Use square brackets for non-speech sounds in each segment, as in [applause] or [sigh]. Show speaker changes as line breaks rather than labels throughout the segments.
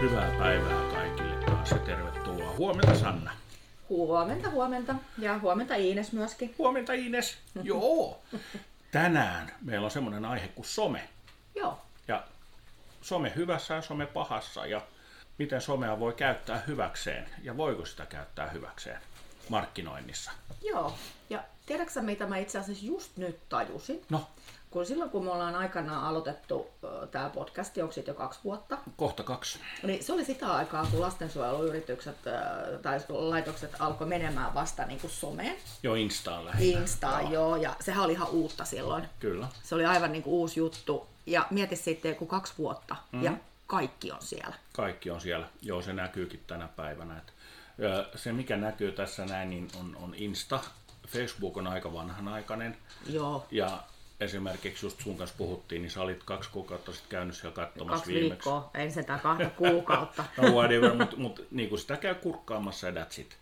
hyvää päivää kaikille taas ja tervetuloa. Huomenta Sanna.
Huomenta, huomenta. Ja huomenta Iines myöskin.
Huomenta Ines. Joo. Tänään meillä on semmoinen aihe kuin some.
Joo.
Ja some hyvässä ja some pahassa ja miten somea voi käyttää hyväkseen ja voiko sitä käyttää hyväkseen markkinoinnissa.
Joo. Ja tiedätkö sä, mitä mä itse asiassa just nyt tajusin?
No,
Kun silloin, kun me ollaan aikanaan aloitettu tämä podcasti, onko siitä jo kaksi vuotta,
kohta kaksi.
niin se oli sitä aikaa, kun lastensuojeluyritykset ö, tai laitokset alkoi menemään vasta niin kuin someen,
Jo Instaan
Niin.
lähinnä.
Instaan, joo, ja sehän oli ihan uutta silloin.
Kyllä.
Se oli aivan niin kuin uusi juttu. Ja mieti sitten, kun kaksi vuotta, mm ja kaikki on siellä.
Kaikki on siellä. Joo, se näkyykin tänä päivänä. Et, ö, se, mikä näkyy tässä näin, niin on, on Insta. Facebook on aika vanhanaikainen.
Joo.
Ja esimerkiksi just sun kanssa puhuttiin, niin sä olit kaksi kuukautta sitten käynyt siellä katsomassa
Kaksi
viimeksi.
viikkoa, ei sentään kahta [laughs] kuukautta.
No whatever, mutta mut, niin kun sitä käy kurkkaamassa ja that's it.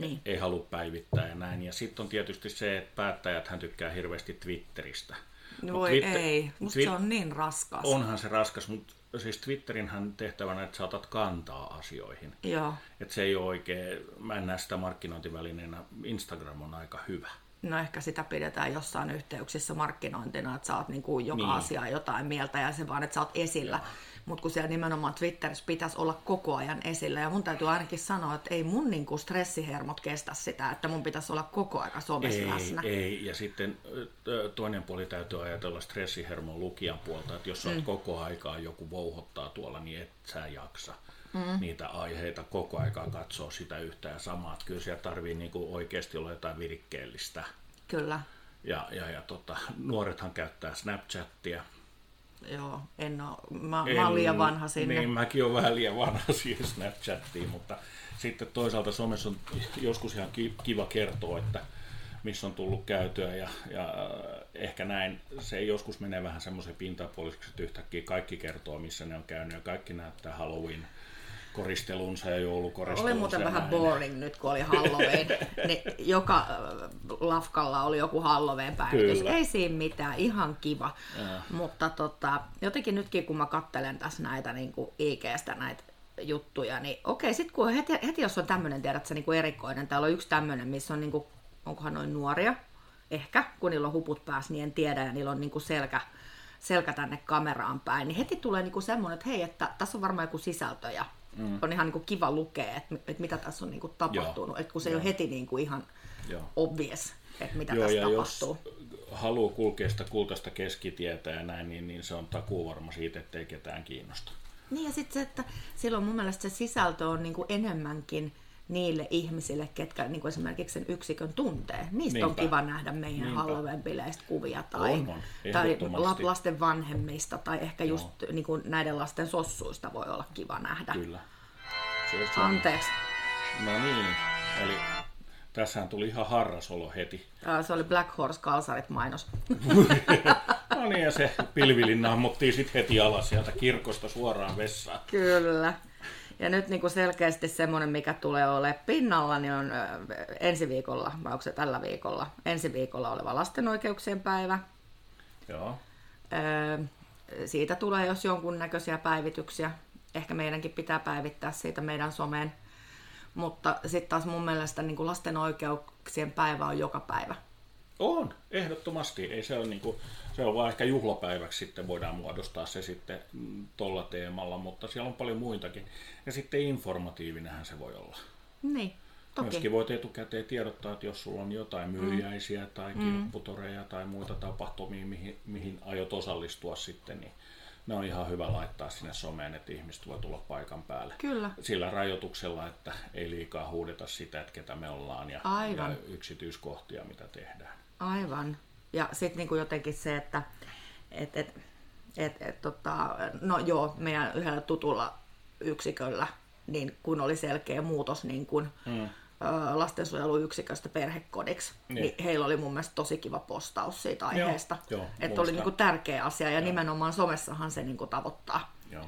niin.
Ei halua päivittää ja näin. Ja sitten on tietysti se, että päättäjät hän tykkää hirveästi Twitteristä.
No
Mut
voi
Twitter-
ei, musta se on niin raskas.
Onhan se raskas, mutta siis Twitterinhän tehtävänä, että saatat kantaa asioihin.
Joo,
Et se ei ole oikein, mä en näe sitä markkinointivälineenä, Instagram on aika hyvä.
no ehkä sitä pidetään jossain yhteyksissä markkinointina, että sä oot niinku joka
Niin.
niin. asia jotain mieltä ja se vaan, että sä oot esillä. Mutta kun siellä nimenomaan Twitterissä pitäisi olla koko ajan esillä ja mun täytyy ainakin sanoa, että ei mun niinku stressihermot kestä sitä, että mun pitäisi olla koko ajan somessa
Ei,
läsnä.
ei, ja sitten ö, toinen puoli täytyy ajatella stressihermon lukijan puolta, että jos mm. koko aikaa joku vouhottaa tuolla, niin et sä jaksa mm. niitä aiheita koko aikaa katsoa sitä yhtä ja samaa. Että kyllä siellä tarvii niinku oikeasti olla jotain virikkeellistä.
Kyllä,
Ja, ja, ja tota, nuorethan käyttää Snapchatia.
joo, en oo, mä, mä oon liian vanha sinne.
Niin, mäkin olen vähän liian vanha [laughs] siihen Snapchattiin, mutta sitten toisaalta somessa on joskus ihan ki- kiva kertoa, että missä on tullut käytyä ja, ja äh, ehkä näin, se joskus menee vähän semmoisen pintapuoliseksi, että yhtäkkiä kaikki kertoo, missä ne on käynyt ja kaikki näyttää Halloween koristelunsa ja joulukoristelunsa.
Oli muuten
ja
vähän
näin.
boring nyt, kun oli
[laughs]
Halloween. ne, joka äh, lafkalla oli joku Halloween-päivitys.
Kyllä.
Ei siinä mitään, ihan kiva. Mutta tota, jotenkin nytkin, kun mä kattelen tässä näitä niin kuin IGstä näitä juttuja, niin okei, sitten kun heti, heti, jos on tämmöinen, tiedät sä, niin kuin erikoinen, täällä on yksi tämmöinen, missä on, niin kuin, onkohan noin nuoria, ehkä, kun niillä on huput päässä, niin en tiedä, ja niillä on niin kuin selkä, selkä tänne kameraan päin, niin heti tulee niin kuin semmoinen, että hei, että tässä on varmaan joku sisältö, ja mm. on ihan niin kuin kiva lukea, että, että mitä tässä on niin kuin tapahtunut, että kun se ei ole heti niin kuin ihan
Joo.
obvious, että mitä
Joo,
tässä
ja
tapahtuu.
jos haluaa kulkea sitä kultaista keskitietä ja näin, niin, niin se on takuu varma siitä, ettei ketään kiinnosta.
Niin ja sitten se, että silloin mun mielestä se sisältö on niinku enemmänkin niille ihmisille, ketkä niinku esimerkiksi sen yksikön tuntee. Niistä on
Niinpä.
kiva nähdä meidän
Niinpä.
Halloween-bileistä kuvia tai,
On, on.
tai
Ehdottomasti.
la- lasten vanhemmista tai ehkä just niinku näiden lasten sossuista voi olla kiva nähdä.
Kyllä. Se, se on
Anteeksi,
No niin, eli tässähän tuli ihan harrasolo heti.
ää, se oli Black Horse Kalsarit mainos.
No niin, ja se pilvilin nammuttiin sitten heti alas sieltä kirkosta suoraan vessaan.
Kyllä. Ja nyt niin kuin selkeästi semmoinen, mikä tulee olemaan pinnalla, niin on ö, ensi viikolla, vai onko se tällä viikolla, ensi viikolla oleva lasten oikeuksien päivä.
Joo.
Öö, siitä tulee jos jonkunnäköisiä päivityksiä. Ehkä meidänkin pitää päivittää siitä meidän someen. Mutta sitten taas mun mielestä niin kuin lasten oikeuksien päivä on joka päivä.
On, ehdottomasti. Ei se, ole niinku, se on vaan ehkä juhlapäiväksi sitten voidaan muodostaa se sitten tuolla teemalla, mutta siellä on paljon muitakin. Ja sitten informatiivinenhän se voi olla.
Niin, toki.
Myöskin voit etukäteen tiedottaa, että jos sulla on jotain myyjäisiä mm. tai kilpputoreja mm. tai muita tapahtumia, mihin, mihin aiot osallistua sitten, niin ne on ihan hyvä laittaa sinne someen, että ihmiset voi tulla paikan päälle.
Kyllä.
Sillä rajoituksella, että ei liikaa huudeta sitä, että ketä me ollaan ja,
Aivan.
ja yksityiskohtia, mitä tehdään.
Aivan. Ja sitten niinku jotenkin se, että et, et, et, et, tota, no joo, meidän yhdellä tutulla yksiköllä, niin kun oli selkeä muutos niin kun, mm. lastensuojeluyksiköstä perhekodiksi,
Niin.
niin. niin heillä oli mun mielestä tosi kiva postaus siitä aiheesta.
joo,
että oli
muistan.
niinku tärkeä asia ja joo. nimenomaan somessahan se niinku tavoittaa.
Joo.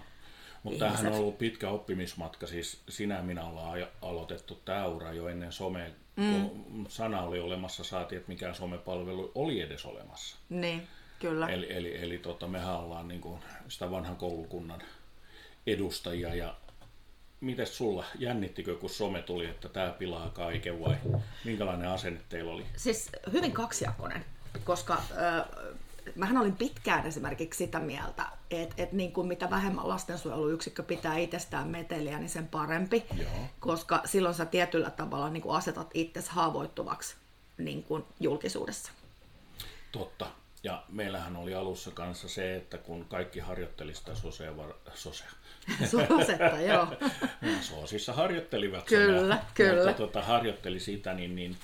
Mutta tämähän on
Ihmiset.
ollut pitkä oppimismatka, siis sinä ja minä ollaan ajo- aloitettu tämä ura jo ennen some,
Mm.
kun sana oli olemassa, saatiin, että mikään somepalvelu oli edes olemassa.
Niin, kyllä.
Eli, eli, niinku eli tota, mehän ollaan niin kuin sitä vanhan koulukunnan edustajia ja Mites sulla? Jännittikö, kun some tuli, että tämä pilaa kaiken vai minkälainen asenne teillä oli?
Siis hyvin kaksijakoinen, koska äh, mähän olin pitkään esimerkiksi sitä mieltä, että, että niin kuin mitä vähemmän lastensuojeluyksikkö pitää itsestään meteliä, niin sen parempi,
Joo.
koska silloin sä tietyllä tavalla niin kuin asetat itsesi haavoittuvaksi niin kuin julkisuudessa. [laughs]
Totta. Ja meillähän oli alussa kanssa se, että kun kaikki harjoitteli sitä sosea, var... sosea. [laughs]
Suosetta, joo.
Soosissa harjoittelivat
Kyllä,
somea,
kyllä.
Mutta tota, harjoitteli sitä, niin, niin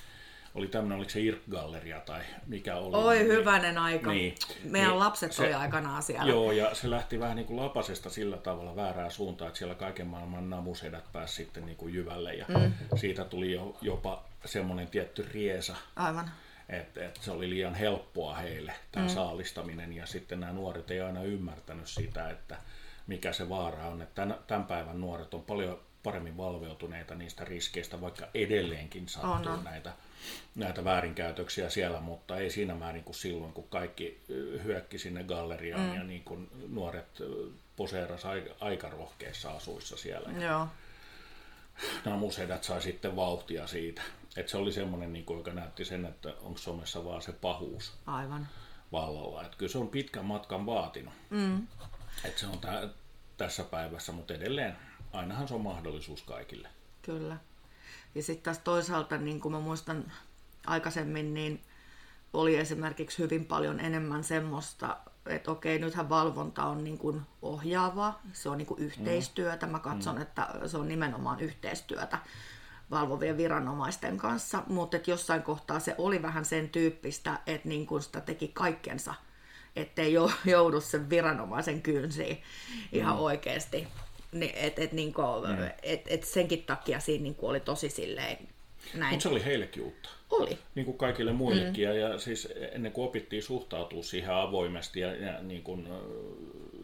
oli tämmöinen, oliko se Irk-galleria tai mikä oli.
Oi
niin,
hyvänen aika.
Niin.
Meidän
Niin,
lapset
se-
oli aikanaan siellä.
Joo, ja se lähti vähän niin kuin lapasesta sillä tavalla väärää suuntaan, että siellä kaiken maailman namusedät pääsi sitten niin kuin jyvälle, ja mm. siitä tuli jo, jopa semmoinen tietty riesa,
Aivan.
että et se oli liian helppoa heille, tämä mm. saalistaminen, ja sitten nämä nuoret ei aina ymmärtänyt sitä, että mikä se vaara on. Että tän- tämän päivän nuoret on paljon paremmin valveutuneita niistä riskeistä, vaikka edelleenkin sattuu
On, on.
näitä, näitä väärinkäytöksiä siellä, mutta ei siinä määrin kuin silloin, kun kaikki ö, hyökki sinne galleriaan mm. ja niin kuin nuoret ö, poseeras aika, aika rohkeissa asuissa siellä. Mm
Joo.
namusedät sai sitten vauhtia siitä. Et se oli semmoinen, niin joka näytti sen, että onko somessa vaan se pahuus
Aivan.
vallalla. Et kyllä se on pitkän matkan vaatinut. Mm. Et se on tä- tässä päivässä, mutta edelleen ainahan se on mahdollisuus kaikille.
Kyllä. Ja sitten taas toisaalta, niin kuin mä muistan aikaisemmin, niin oli esimerkiksi hyvin paljon enemmän semmoista, että okei, nythän valvonta on niin kuin ohjaavaa, se on niin kuin yhteistyötä. Mä katson, että se on nimenomaan yhteistyötä valvovien viranomaisten kanssa, mutta että jossain kohtaa se oli vähän sen tyyppistä, että niin kuin sitä teki kaikkensa, ettei jo- [laughs] joudu sen viranomaisen kynsiin ihan oikeasti. Niin, et, et, niin kuin, et, et senkin takia siinä niin kuin oli tosi silleen näin.
Mutta se oli heillekin uutta.
Oli.
Niin kuin kaikille muillekin. Mm. Ja siis ennen kuin opittiin suhtautua siihen avoimesti ja, ja niin kuin, ö,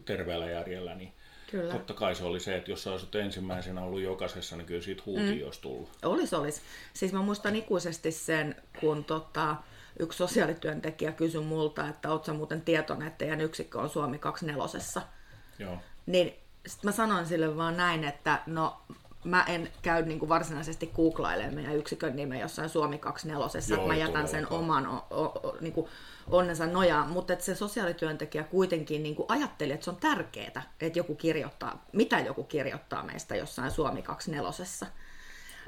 terveellä järjellä, niin
Kyllä.
totta kai se oli se, että jos sä olisit ensimmäisenä ollut jokaisessa, niin kyllä siitä huuti mm. olisi tullut.
Olis, olis. Siis mä muistan ikuisesti sen, kun tota, yksi sosiaalityöntekijä kysyi multa, että oot sä muuten tietoinen, että teidän yksikkö on Suomi 24.
Joo.
Niin sit mä sanoin sille vaan näin, että no mä en käy niinku varsinaisesti googlailemaan meidän yksikön nimeä jossain Suomi 24,
Joo,
että mä
ei
jätän sen
todellakaan.
oman o, o, o, niinku onnensa nojaan, mutta se sosiaalityöntekijä kuitenkin niinku ajatteli, että se on tärkeää, että joku kirjoittaa, mitä joku kirjoittaa meistä jossain Suomi 24.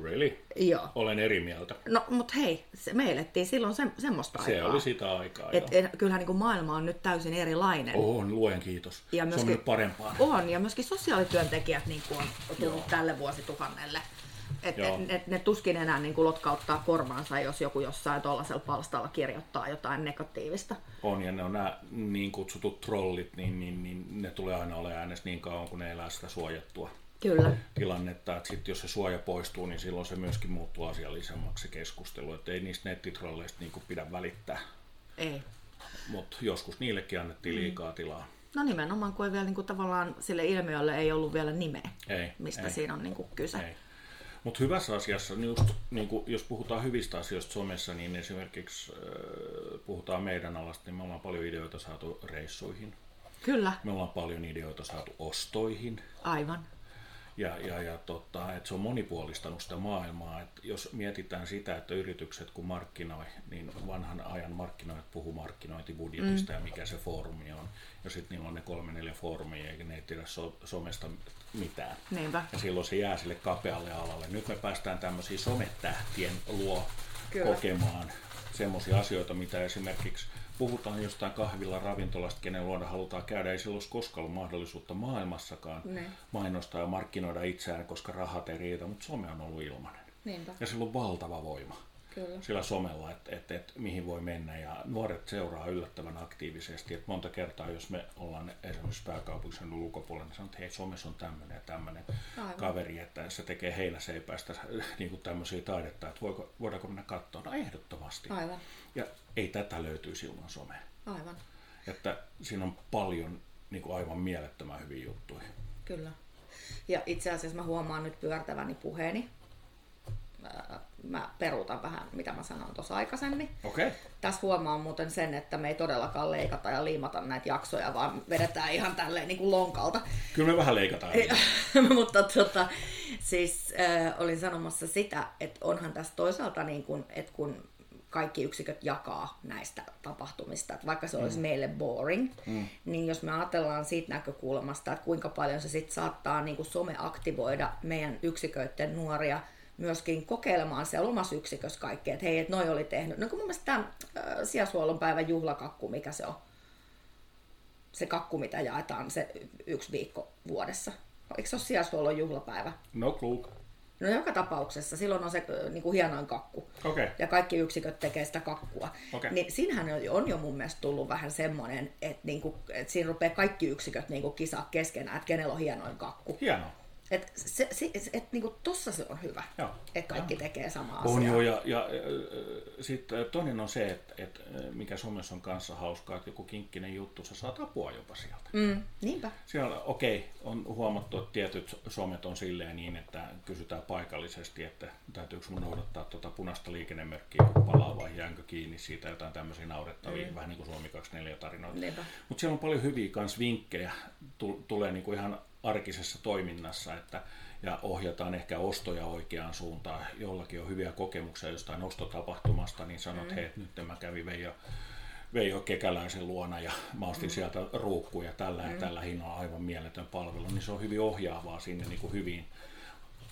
Really?
Joo.
Olen eri mieltä.
No, mutta hei, se, me elettiin silloin se, semmoista
Se
aikaa.
oli sitä aikaa.
Et,
joo.
et, kyllähän niin kuin maailma on nyt täysin erilainen.
On, luojan kiitos.
Ja
se on
myöskin-
mennyt parempaan.
On, ja myöskin sosiaalityöntekijät niin kuin on tullut
Joo.
tälle vuosituhannelle. Et,
Joo.
et, et, ne tuskin enää niin kuin lotkauttaa korvaansa, jos joku jossain tuollaisella palstalla kirjoittaa jotain negatiivista.
On, ja ne on nämä niin kutsutut trollit, niin, niin, niin ne tulee aina olemaan äänessä niin kauan, kun ne elää sitä suojattua
Kyllä,
tilannetta. Että sitten jos se suoja poistuu, niin silloin se myöskin muuttuu asiallisemmaksi se keskustelu. Että ei niistä nettitrolleista niin kuin pidä välittää.
ei.
Mutta joskus niillekin annettiin liikaa tilaa.
No nimenomaan, kun ei vielä niin kuin, tavallaan sille ilmiölle ei ollut vielä nimeä,
Ei,
mistä
ei.
siinä on niin kuin, kyse.
Ei. Mutta hyvässä asiassa, niin just, niin kun, jos puhutaan hyvistä asioista somessa, niin esimerkiksi äh, puhutaan meidän alasta, niin me ollaan paljon ideoita saatu reissuihin.
Kyllä,
Me ollaan paljon ideoita saatu ostoihin.
aivan.
Ja, ja, ja tota, et se on monipuolistanut sitä maailmaa. Et jos mietitään sitä, että yritykset kun markkinoi, niin vanhan ajan markkinoijat puhuu markkinointibudjetista mm. ja mikä se foorumi on. Ja sitten niillä on ne kolme neljä foorumia eikä ne ei tiedä so- somesta mitään.
Niinpä.
Ja silloin se jää sille kapealle alalle. Nyt me päästään tämmöisiin sometähtien luo
Kyllä.
kokemaan semmoisia asioita, mitä esimerkiksi puhutaan jostain kahvilla ravintolasta, kenen luona halutaan käydä. Ei silloin olisi koskaan ollut mahdollisuutta maailmassakaan
Niin.
mainostaa ja markkinoida itseään, koska rahat ei riitä, mutta some on ollut ilmainen.
Niinpä,
Ja sillä on valtava voima
kyllä.
sillä somella, että et, et, mihin voi mennä. Ja nuoret seuraa yllättävän aktiivisesti. Et monta kertaa, jos me ollaan esimerkiksi pääkaupunkiseudun ulkopuolella, niin sanotaan, että hei, somessa on tämmöinen ja tämmöinen
Aivan.
kaveri, että se tekee heinäseipäistä [laughs] niin tämmöisiä taidetta, että voiko, voidaanko mennä katsoa. No ehdottomasti.
Aivan,
Ja ei tätä löytyisi ilman somea.
aivan,
Että siinä on paljon niin kuin aivan mielettömän hyviä juttuja.
kyllä.
Ja itse asiassa mä huomaan nyt pyörtäväni puheeni äh, mä peruutan vähän, mitä mä sanoin tuossa aikaisemmin.
Okei.
Tässä huomaan muuten sen, että me ei todellakaan leikata ja liimata näitä jaksoja, vaan vedetään ihan tälleen niin kuin lonkalta.
Kyllä me vähän leikataan.
[laughs] Mutta tota, siis äh, olin sanomassa sitä, että onhan tässä toisaalta niin kuin, että kun kaikki yksiköt jakaa näistä tapahtumista, että vaikka se olisi mm. meille boring, mm. niin jos me ajatellaan siitä näkökulmasta, että kuinka paljon se sitten saattaa niin kuin someaktivoida meidän yksiköiden nuoria myöskin kokeilemaan siellä omassa yksikössä kaikkea, että hei, että noi oli tehnyt. No kun mun mielestä tämä sijasuolon päivän juhlakakku, mikä se on, se kakku, mitä jaetaan se yksi viikko vuodessa. Eikö se ole sijasuolon juhlapäivä?
No clue.
No joka tapauksessa, silloin on se niin kuin hienoin kakku.
Okei.
Ja kaikki yksiköt tekee sitä kakkua.
Okei.
Niin siinähän on jo- on jo mun mielestä tullut vähän semmoinen, että, niin kuin, että siinä rupeaa kaikki yksiköt niin kuin kisaa keskenään, että kenellä on hienoin kakku.
Hienoa.
Että se, se, se, et, niin kuin, tossa se on hyvä,
Joo.
että kaikki tekee samaa
On
asiaa.
joo, ja, ja sitten toinen on se, että, että äh, mikä somessa on kanssa hauskaa, että joku kinkkinen juttu, sä saat apua jopa sieltä.
Mm, niinpä.
Siellä, okei, on huomattu, että tietyt somet on silleen niin, että kysytään paikallisesti, että täytyykö mun noudattaa tuota punaista liikennemerkkiä, kun palaa vai jäänkö kiinni siitä jotain tämmöisiä naurettavia, mm. vähän niin kuin Suomi 24 tarinoita.
Niinpä.
Mutta siellä on paljon hyviä kans vinkkejä, tul- tulee niinku ihan arkisessa toiminnassa, että ja ohjataan ehkä ostoja oikeaan suuntaan. Jollakin on hyviä kokemuksia jostain ostotapahtumasta, niin sanot, mm. hei, nyt mä kävin Veijo, Veijo Kekäläisen luona ja mä ostin mm. sieltä ruukkuja tällä ja tällä hinnalla aivan mieletön palvelu, niin se on hyvin ohjaavaa sinne niin kuin hyvin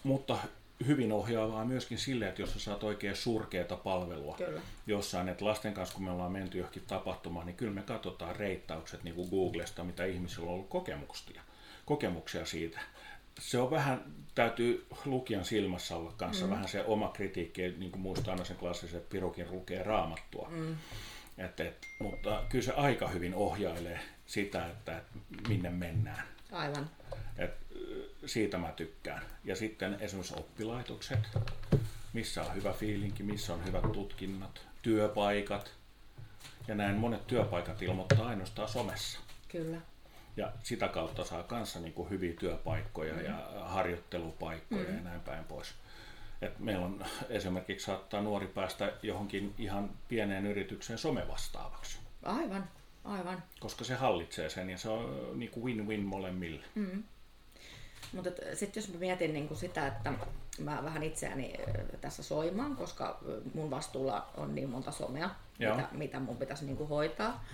mutta hyvin ohjaavaa myöskin sille, että jos sä saat oikein surkeata palvelua
Kyllä.
jossain, että lasten kanssa kun me ollaan menty johonkin tapahtumaan, niin kyllä me katsotaan reittaukset niin kuin Googlesta, mitä ihmisillä on ollut kokemuksia, kokemuksia siitä. Se on vähän, täytyy lukijan silmässä olla kanssa mm. vähän se oma kritiikki, niin kuin muistaa aina sen klassisen, että pirukin lukee raamattua. Mm. Et, et, mutta kyllä se aika hyvin ohjailee sitä, että et minne mennään.
Aivan.
Et ö, siitä mä tykkään. Ja sitten esimerkiksi oppilaitokset, missä on hyvä fiilinki, missä on hyvät tutkinnat, työpaikat. Ja näin monet työpaikat ilmoittaa ainoastaan somessa.
Kyllä.
Ja sitä kautta saa kanssa niin kuin hyviä työpaikkoja mm. ja harjoittelupaikkoja mm. ja näin päin pois. Et meillä on esimerkiksi saattaa nuori päästä johonkin ihan pieneen yritykseen somevastaavaksi,
Aivan. Aivan.
koska se hallitsee sen ja se on niin kuin win-win molemmille. Mm.
Mutta sitten jos mä mietin niin sitä, että mä vähän itseäni ö, tässä soimaan, koska ö, mun vastuulla on niin monta somea,
Joo.
mitä, mitä mun pitäisi niin hoitaa.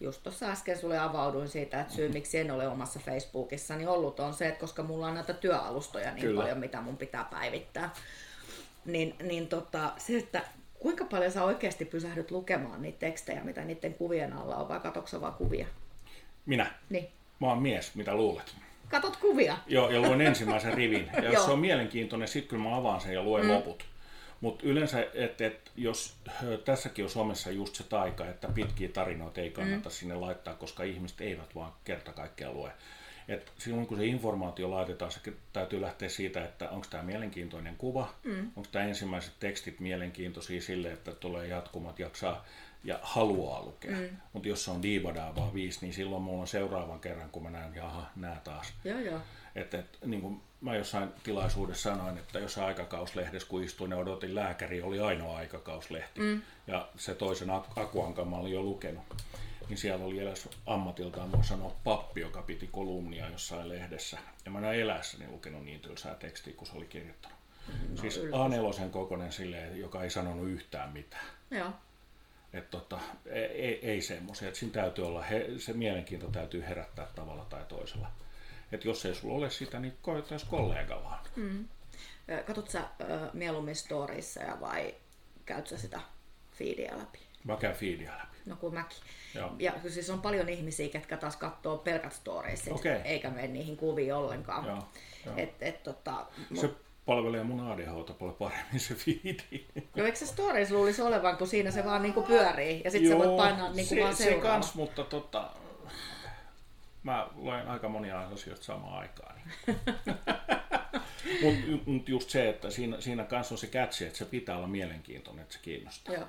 Just tuossa äsken sulle avauduin siitä, että syy miksi en ole omassa Facebookissani ollut on se, että koska mulla on näitä työalustoja niin
Kyllä.
paljon, mitä mun pitää päivittää. Niin, niin tota, se, että kuinka paljon sä oikeasti pysähdyt lukemaan niitä tekstejä, mitä niiden kuvien alla on, vai katoksa vaan kuvia?
Minä.
Niin,
Mä oon mies, mitä luulet?
katot kuvia.
Joo, ja luen ensimmäisen rivin. Ja
Joo.
jos se on mielenkiintoinen, sitten kyllä mä avaan sen ja luen mm. loput. Mutta yleensä, että et, jos ö, tässäkin on Suomessa just se taika, että pitkiä tarinoita ei kannata mm. sinne laittaa, koska ihmiset eivät vaan kerta kaikkea lue. Et silloin kun se informaatio laitetaan, se täytyy lähteä siitä, että onko tämä mielenkiintoinen kuva, mm. onko tämä ensimmäiset tekstit mielenkiintoisia sille, että tulee jatkumat, jaksaa ja haluaa lukea. Mm. Mutta jos se on diivadaa vaan viisi, niin silloin mulla on seuraavan kerran, kun mä näen, jaha, nää taas.
Joo, joo.
Et, et, niin kuin mä jossain tilaisuudessa sanoin, että jossain aikakauslehdessä, kun istuin ja odotin lääkäri, oli ainoa aikakauslehti. Mm. Ja se toisen ak- akuankan mä olin jo lukenut. Niin siellä oli eläs ammatiltaan, voi sanoa, pappi, joka piti kolumnia jossain lehdessä. Ja mä näin elässäni lukenut niin tylsää tekstiä, kun se oli kirjoittanut. No, siis A4 kokoinen silleen, joka ei sanonut yhtään mitään.
Joo.
Et tota, ei, ei, ei semmoisia. Siinä täytyy olla, he, se mielenkiinto täytyy herättää tavalla tai toisella. Et jos ei sulla ole sitä, niin koetaisi kollega vaan. Mm.
Ö, Katot sä ö, mieluummin storissa ja vai käyt sä sitä feedia läpi?
Mä käyn feedia läpi.
No kuin mäkin.
Joo.
Ja kun siis on paljon ihmisiä, ketkä taas katsoo pelkät storeisit,
Okei.
eikä mene niihin kuviin ollenkaan.
Joo, joo.
Et, et, tota, mut,
Se palvelee mun ADHta paljon paremmin se feedi.
no, eikö se stories luulisi olevan, kun siinä se vaan niinku pyörii ja sitten sä voit painaa niinku
se,
vaan
se
seuraavaan.
kans, mutta tota, mä luen aika monia asioita samaan aikaan.
[laughs]
Mutta mut just se, että siinä, siinä kanssa on se kätsi, että se pitää olla mielenkiintoinen, että se kiinnostaa.
Joo.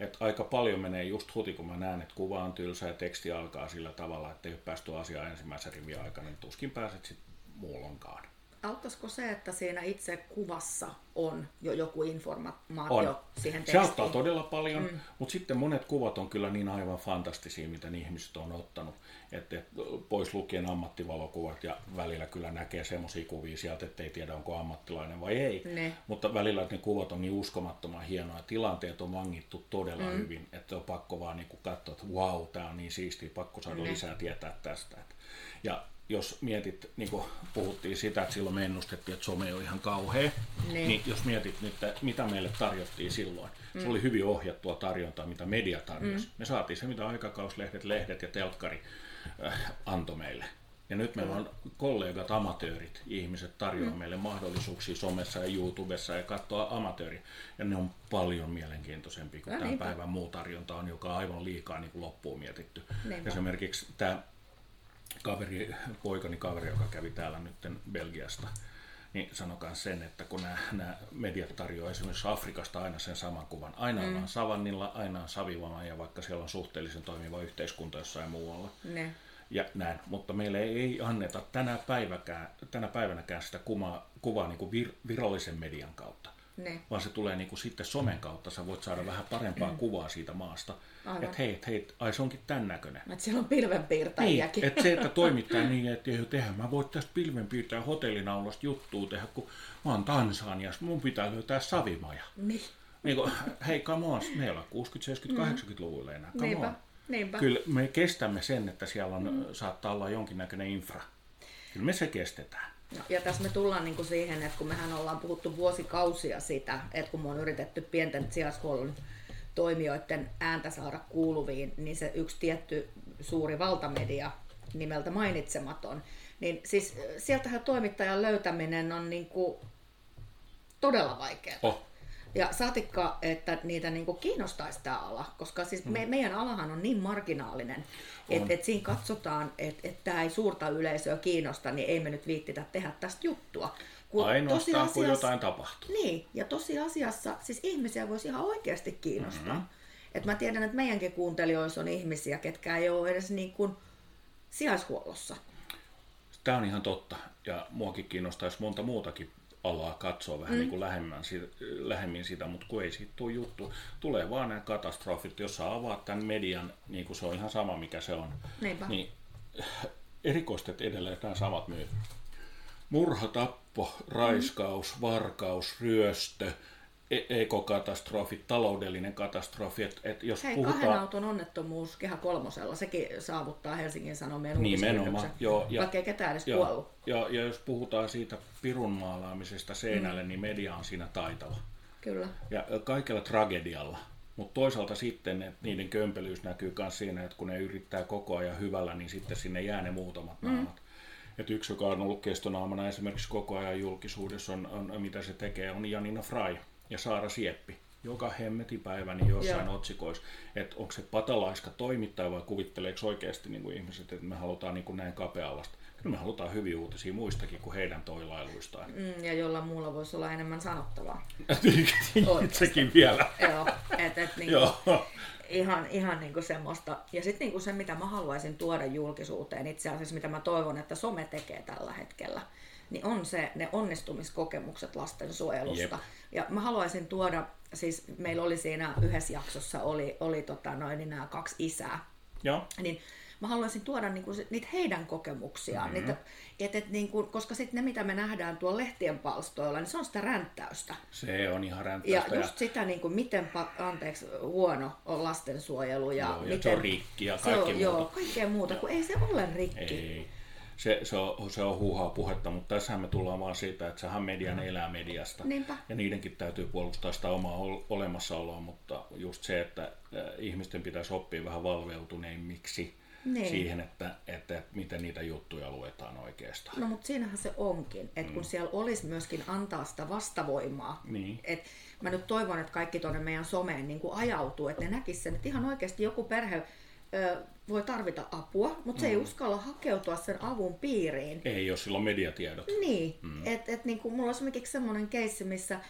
Et aika paljon menee just huti, kun mä näen, että kuva on tylsä ja teksti alkaa sillä tavalla, että ei ole päästy asiaan ensimmäisen rivin aikana, niin tuskin pääset sitten muulonkaan.
auttaisiko se, että siinä itse kuvassa on jo joku informaatio
On.
siihen
Se
tekstiin?
auttaa todella paljon, mm. mutta sitten monet kuvat on kyllä niin aivan fantastisia, mitä ne ihmiset on ottanut. Että et, pois lukien ammattivalokuvat ja välillä kyllä näkee semmoisia kuvia sieltä, että ei tiedä onko ammattilainen vai ei.
Ne.
Mutta välillä ne kuvat on niin uskomattoman hienoja. Tilanteet on vangittu todella mm. hyvin, että on pakko vaan niin katsoa, että wow, tämä on niin siistiä, pakko saada mm. lisää tietää tästä. Et- Ja jos mietit, niin kuin puhuttiin sitä, että silloin me ennustettiin, että some on ihan kauhea,
Niin.
niin. niin jos mietit nyt, että mitä meille tarjottiin silloin,
Mm.
se oli hyvin ohjattua tarjontaa, mitä media tarjosi. Me saatiin se, mitä aikakauslehdet, lehdet ja telkkari äh, antoi meille. Ja nyt meillä on kollegat, amatöörit, ihmiset tarjoaa mm. meille mahdollisuuksia somessa ja YouTubessa ja katsoa amatööriä. Ja ne on paljon mielenkiintoisempia kuin
No
tämän
niinpä.
päivän muu tarjonta on, joka on aivan liikaa niin kuin loppuun mietitty.
Niinpä.
Esimerkiksi tämä kaveri, poikani kaveri, joka kävi täällä nyt Belgiasta, niin sanokaan sen, että kun nämä, nämä mediat tarjoaa esimerkiksi Afrikasta aina sen saman kuvan. Aina mm. ollaan savannilla, aina on savivama ja vaikka siellä on suhteellisen toimiva yhteiskunta jossain muualla.
Ne.
Ja näin. Mutta meille ei anneta tänä, päiväkään, tänä päivänäkään sitä kumaa, kuvaa niin kuin vir, virallisen median kautta.
Ne.
Vaan se tulee niin kuin sitten somen kautta, sä voit saada vähän parempaa kuvaa siitä maasta.
Mm. Aivan.
Että hei, et hei, ai se onkin tämän näköinen.
Että siellä on pilvenpiirtäjiäkin.
Niin, että se, että toimittaa niin, että ei tehdä, mä voin tästä pilvenpiirtää hotellinaulasta juttua tehdä, kun mä oon Tansaniasta, mun pitää löytää savimaja.
niin.
Niin kuin, hei, come on, meillä on 60, 70, 80-luvulla enää, come
Mm. Niinpä,
on.
niinpä.
Kyllä me kestämme sen, että siellä on, mm. saattaa olla jonkinnäköinen infra. Kyllä me se kestetään.
No, ja tässä me tullaan niinku siihen, että kun mehän ollaan puhuttu vuosikausia sitä, että kun me on yritetty pienten sijaishuollon toimijoiden ääntä saada kuuluviin, niin se yksi tietty suuri valtamedia nimeltä mainitsematon, niin siis äh, sieltähän toimittajan löytäminen on niinku todella vaikeaa.
Oh,
Ja saatikka, että niitä niinku kiinnostaisi tämä ala, koska siis
Hmm.
me, meidän alahan on niin marginaalinen, että et siinä katsotaan, että et tämä ei suurta yleisöä kiinnosta, niin ei me nyt viittitä tehdä tästä juttua.
ainoastaan kun
tosiasiassa-
jotain tapahtuu.
Niin, ja tosiasiassa siis ihmisiä voisi ihan oikeasti kiinnostaa. Mm-hmm. Et mä tiedän, että meidänkin kuuntelijoissa on ihmisiä, ketkä ei ole edes niin kuin sijaishuollossa.
Tämä on ihan totta, ja muakin kiinnostaisi monta muutakin alaa katsoa vähän mm. niin kuin lähemmän, si- lähemmin sitä, mutta kun ei siitä tule juttu. Tulee vaan nämä katastrofit, jos sä avaat tämän median, niin kuin se on ihan sama mikä se on,
Niinpä.
niin [sighs] erikoistet edelleen nämä samat myy. Murha, tappo, raiskaus,
Mm.
varkaus, ryöstö, e- ekokatastrofi, taloudellinen katastrofi. Et, et jos
Hei,
puhutaan...
kahden auton onnettomuus Kehä kolmosella, sekin saavuttaa Helsingin Sanomien
Nimenomaan,
uutiskynnyksen,
joo. Ja,
vaikka ei ketään edes kuollut.
joo, ja, ja jos puhutaan siitä pirun maalaamisesta seinälle, mm. niin media on siinä taitava.
Kyllä.
Ja ö, kaikella tragedialla. Mutta toisaalta sitten että niiden kömpelyys näkyy myös siinä, että kun ne yrittää koko ajan hyvällä, niin sitten sinne jää ne muutamat naamat. Et yksi, joka on ollut kestonaamana esimerkiksi koko ajan julkisuudessa, on, on, mitä se tekee, on Janina Fry ja Saara Sieppi. Joka hemmetin päiväni jossain
Joo.
otsikoissa, että onko se patalaiska toimittaja vai kuvitteleeko oikeasti niin kuin ihmiset, että me halutaan niin kuin näin kapealasta. Kyllä me halutaan hyviä uutisia muistakin kuin heidän
[laughs]
toilailuistaan.
Mm, ja jolla muulla voisi olla enemmän sanottavaa.
Sekin vielä.
Joo, et, et niinku,
Joo. [laughs]
ihan, ihan niinku semmoista. Ja sitten niinku se, mitä mä haluaisin tuoda julkisuuteen, itse asiassa mitä mä toivon, että some tekee tällä hetkellä, niin on se ne onnistumiskokemukset lastensuojelusta.
Jep.
Ja mä haluaisin tuoda, siis meillä oli siinä yhdessä jaksossa oli, oli tota noin, niin nämä kaksi isää,
Joo.
niin mä haluaisin tuoda niinku se- niitä heidän
Mhm.
kokemuksiaan, mm-hmm. niitä, et, et niinku, koska sitten ne, mitä me nähdään tuolla lehtien palstoilla, niin se on sitä ränttäystä.
Se on ihan
Ja
ränttäistä.
just sitä, niin kuin, miten pa- anteeksi, huono on lastensuojelu ja,
Joo, ja
miten,
se on rikki ja kaikki
se on,
muuta.
Joo, kaikkea muuta, kun ei se ole rikki.
Ei. Se, se, on, se on huuhaa puhetta, mutta tässähän me tullaan vaan siitä, että sehän median elää mediasta.
Mm. Niinpä.
Ja niidenkin täytyy puolustaa sitä omaa ol- olemassaoloa, mutta just se, että äh, ihmisten pitäisi oppia vähän valveutuneemmiksi
Niin.
siihen, että, että miten niitä juttuja luetaan oikeastaan.
No mutta siinähän se onkin, että kun siellä olisi myöskin antaa sitä vastavoimaa.
Niin.
Et mä nyt toivon, että kaikki tuonne meidän someen niin kuin ajautuu, että ne näkisivät sen, että ihan oikeasti joku perhe ö, voi tarvita apua, mutta se ei uskalla hakeutua sen avun piiriin.
Ei, jos sillä on mediatiedot.
Niin, mm. että et, niin mulla on esimerkiksi semmoinen keissi, missä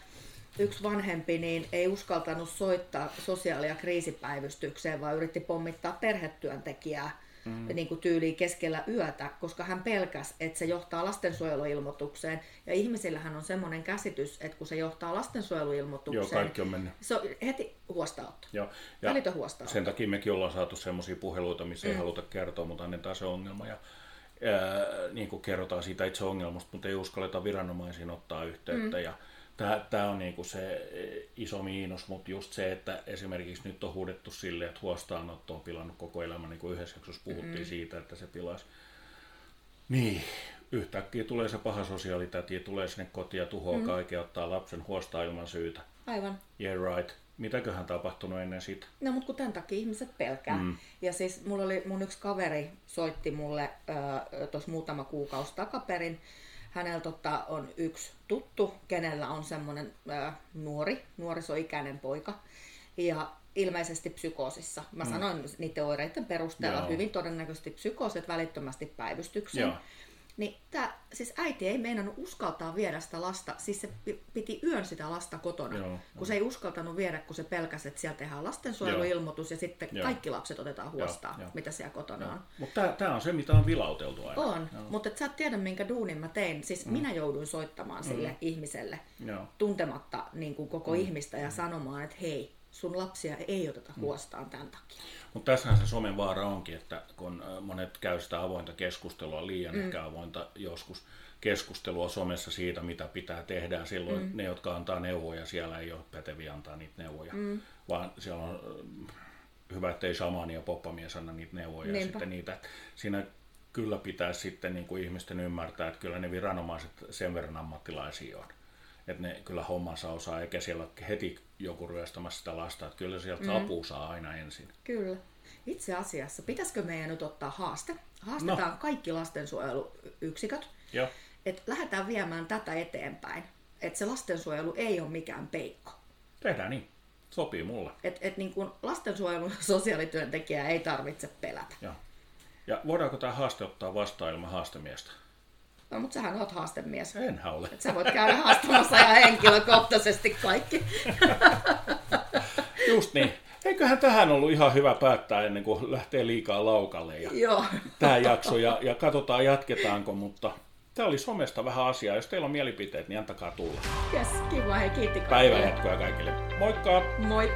yksi vanhempi niin ei uskaltanut soittaa sosiaali- ja kriisipäivystykseen, vaan yritti pommittaa perhetyöntekijää mm. niin kuin tyyliin keskellä yötä, koska hän pelkäs, että se johtaa lastensuojeluilmoitukseen. Ja ihmisillähän on semmoinen käsitys, että kun se johtaa lastensuojeluilmoitukseen,
Joo, kaikki on mennyt.
se on heti huostaanotto.
Joo.
Välitön huostaanotto.
sen takia mekin ollaan saatu semmoisia puheluita, missä mm. ei haluta kertoa, mutta annetaan se ongelma. Ja, ää, niin kuin kerrotaan siitä itse ongelmasta, mutta ei uskalleta viranomaisiin ottaa yhteyttä. Mm. Ja tämä on niin kuin se iso miinus, mutta just se, että esimerkiksi nyt on huudettu silleen, että huostaanotto on pilannut koko elämän, niin kuin yhdessä jaksossa puhuttiin mm. siitä, että se pilasi niin, yhtäkkiä tulee se paha sosiaalitäti, tulee sinne kotiin ja tuhoaa mm. kaiken, ottaa lapsen huostaa ilman syytä.
Aivan.
Yeah right. Mitäköhän tapahtunut ennen sitä?
No mutta kun tämän takia ihmiset pelkää. Mm. Ja siis mulla oli, mun yksi kaveri soitti mulle tuossa muutama kuukausi takaperin. Hänellä tota, on yksi tuttu, kenellä on semmoinen ö, nuori, nuorisoikäinen poika. Ja ilmeisesti psykoosissa. Mä mm. sanoin niiden oireiden perusteella
Joo.
hyvin todennäköisesti psykoosit välittömästi päivystykseen.
Joo.
Niin tää, siis äiti ei meinannut uskaltaa viedä sitä lasta, siis se pi- piti yön sitä lasta kotona,
Joo,
Joo, kun se ei uskaltanut viedä, kun se pelkäsi, että siellä tehdään lastensuojeluilmoitus ja sitten
Joo.
Joo. kaikki lapset otetaan huostaan,
Joo.
Joo, mitä siellä kotona on.
Mutta tämä on se, mitä on vilauteltu aina.
On, mutta et sä et tiedä minkä duunin mä tein. Siis mm. minä jouduin soittamaan sille ihmiselle
Joo.
tuntematta niin kuin koko mm. ihmistä ja sanomaan, että hei, sun lapsia ei oteta huostaan tämän takia.
Mutta tässähän se somen vaara onkin, että kun äh, monet käy sitä avointa keskustelua, liian mm. ehkä avointa joskus keskustelua somessa siitä, mitä pitää tehdä. ja Silloin mm. ne, jotka antaa neuvoja, siellä ei ole päteviä antaa niitä neuvoja, mm. vaan siellä on äh, hyvä, ettei shamaani ja poppamies anna niitä neuvoja. Ja
Niinpä.
sitten niitä, siinä kyllä pitää sitten niin kuin ihmisten ymmärtää, että kyllä ne viranomaiset sen verran ammattilaisia on. Että ne kyllä hommansa osaa, eikä siellä ole heti joku ryöstämässä sitä lasta. Että kyllä sieltä mm. apua saa aina ensin.
Kyllä. Itse asiassa, pitäisikö meidän nyt ottaa haaste? Haastetaan no. kaikki lastensuojeluyksiköt,
Joo.
että lähdetään viemään tätä eteenpäin. Että se lastensuojelu ei ole mikään peikko.
Tehdään niin. Sopii mulle.
Että et niin kun lastensuojelun [laughs] sosiaalityöntekijää ei tarvitse pelätä.
Joo. Ja voidaanko tämä haaste ottaa vastaan ilman haastemiestä?
No, mutta sähän oot haastemies.
Enhän ole.
Et sä voit käydä haastamassa ja henkilökohtaisesti kaikki.
Just niin. Eiköhän tähän ollut ihan hyvä päättää ennen kuin lähtee liikaa laukalle ja
Joo.
tämä jakso ja, ja katsotaan jatketaanko, mutta tämä oli somesta vähän asiaa. Jos teillä on mielipiteet, niin antakaa tulla.
Yes, kiva, hei kiitti kaikille.
Päivänjatkoa kaikille. Moikka!
Moi.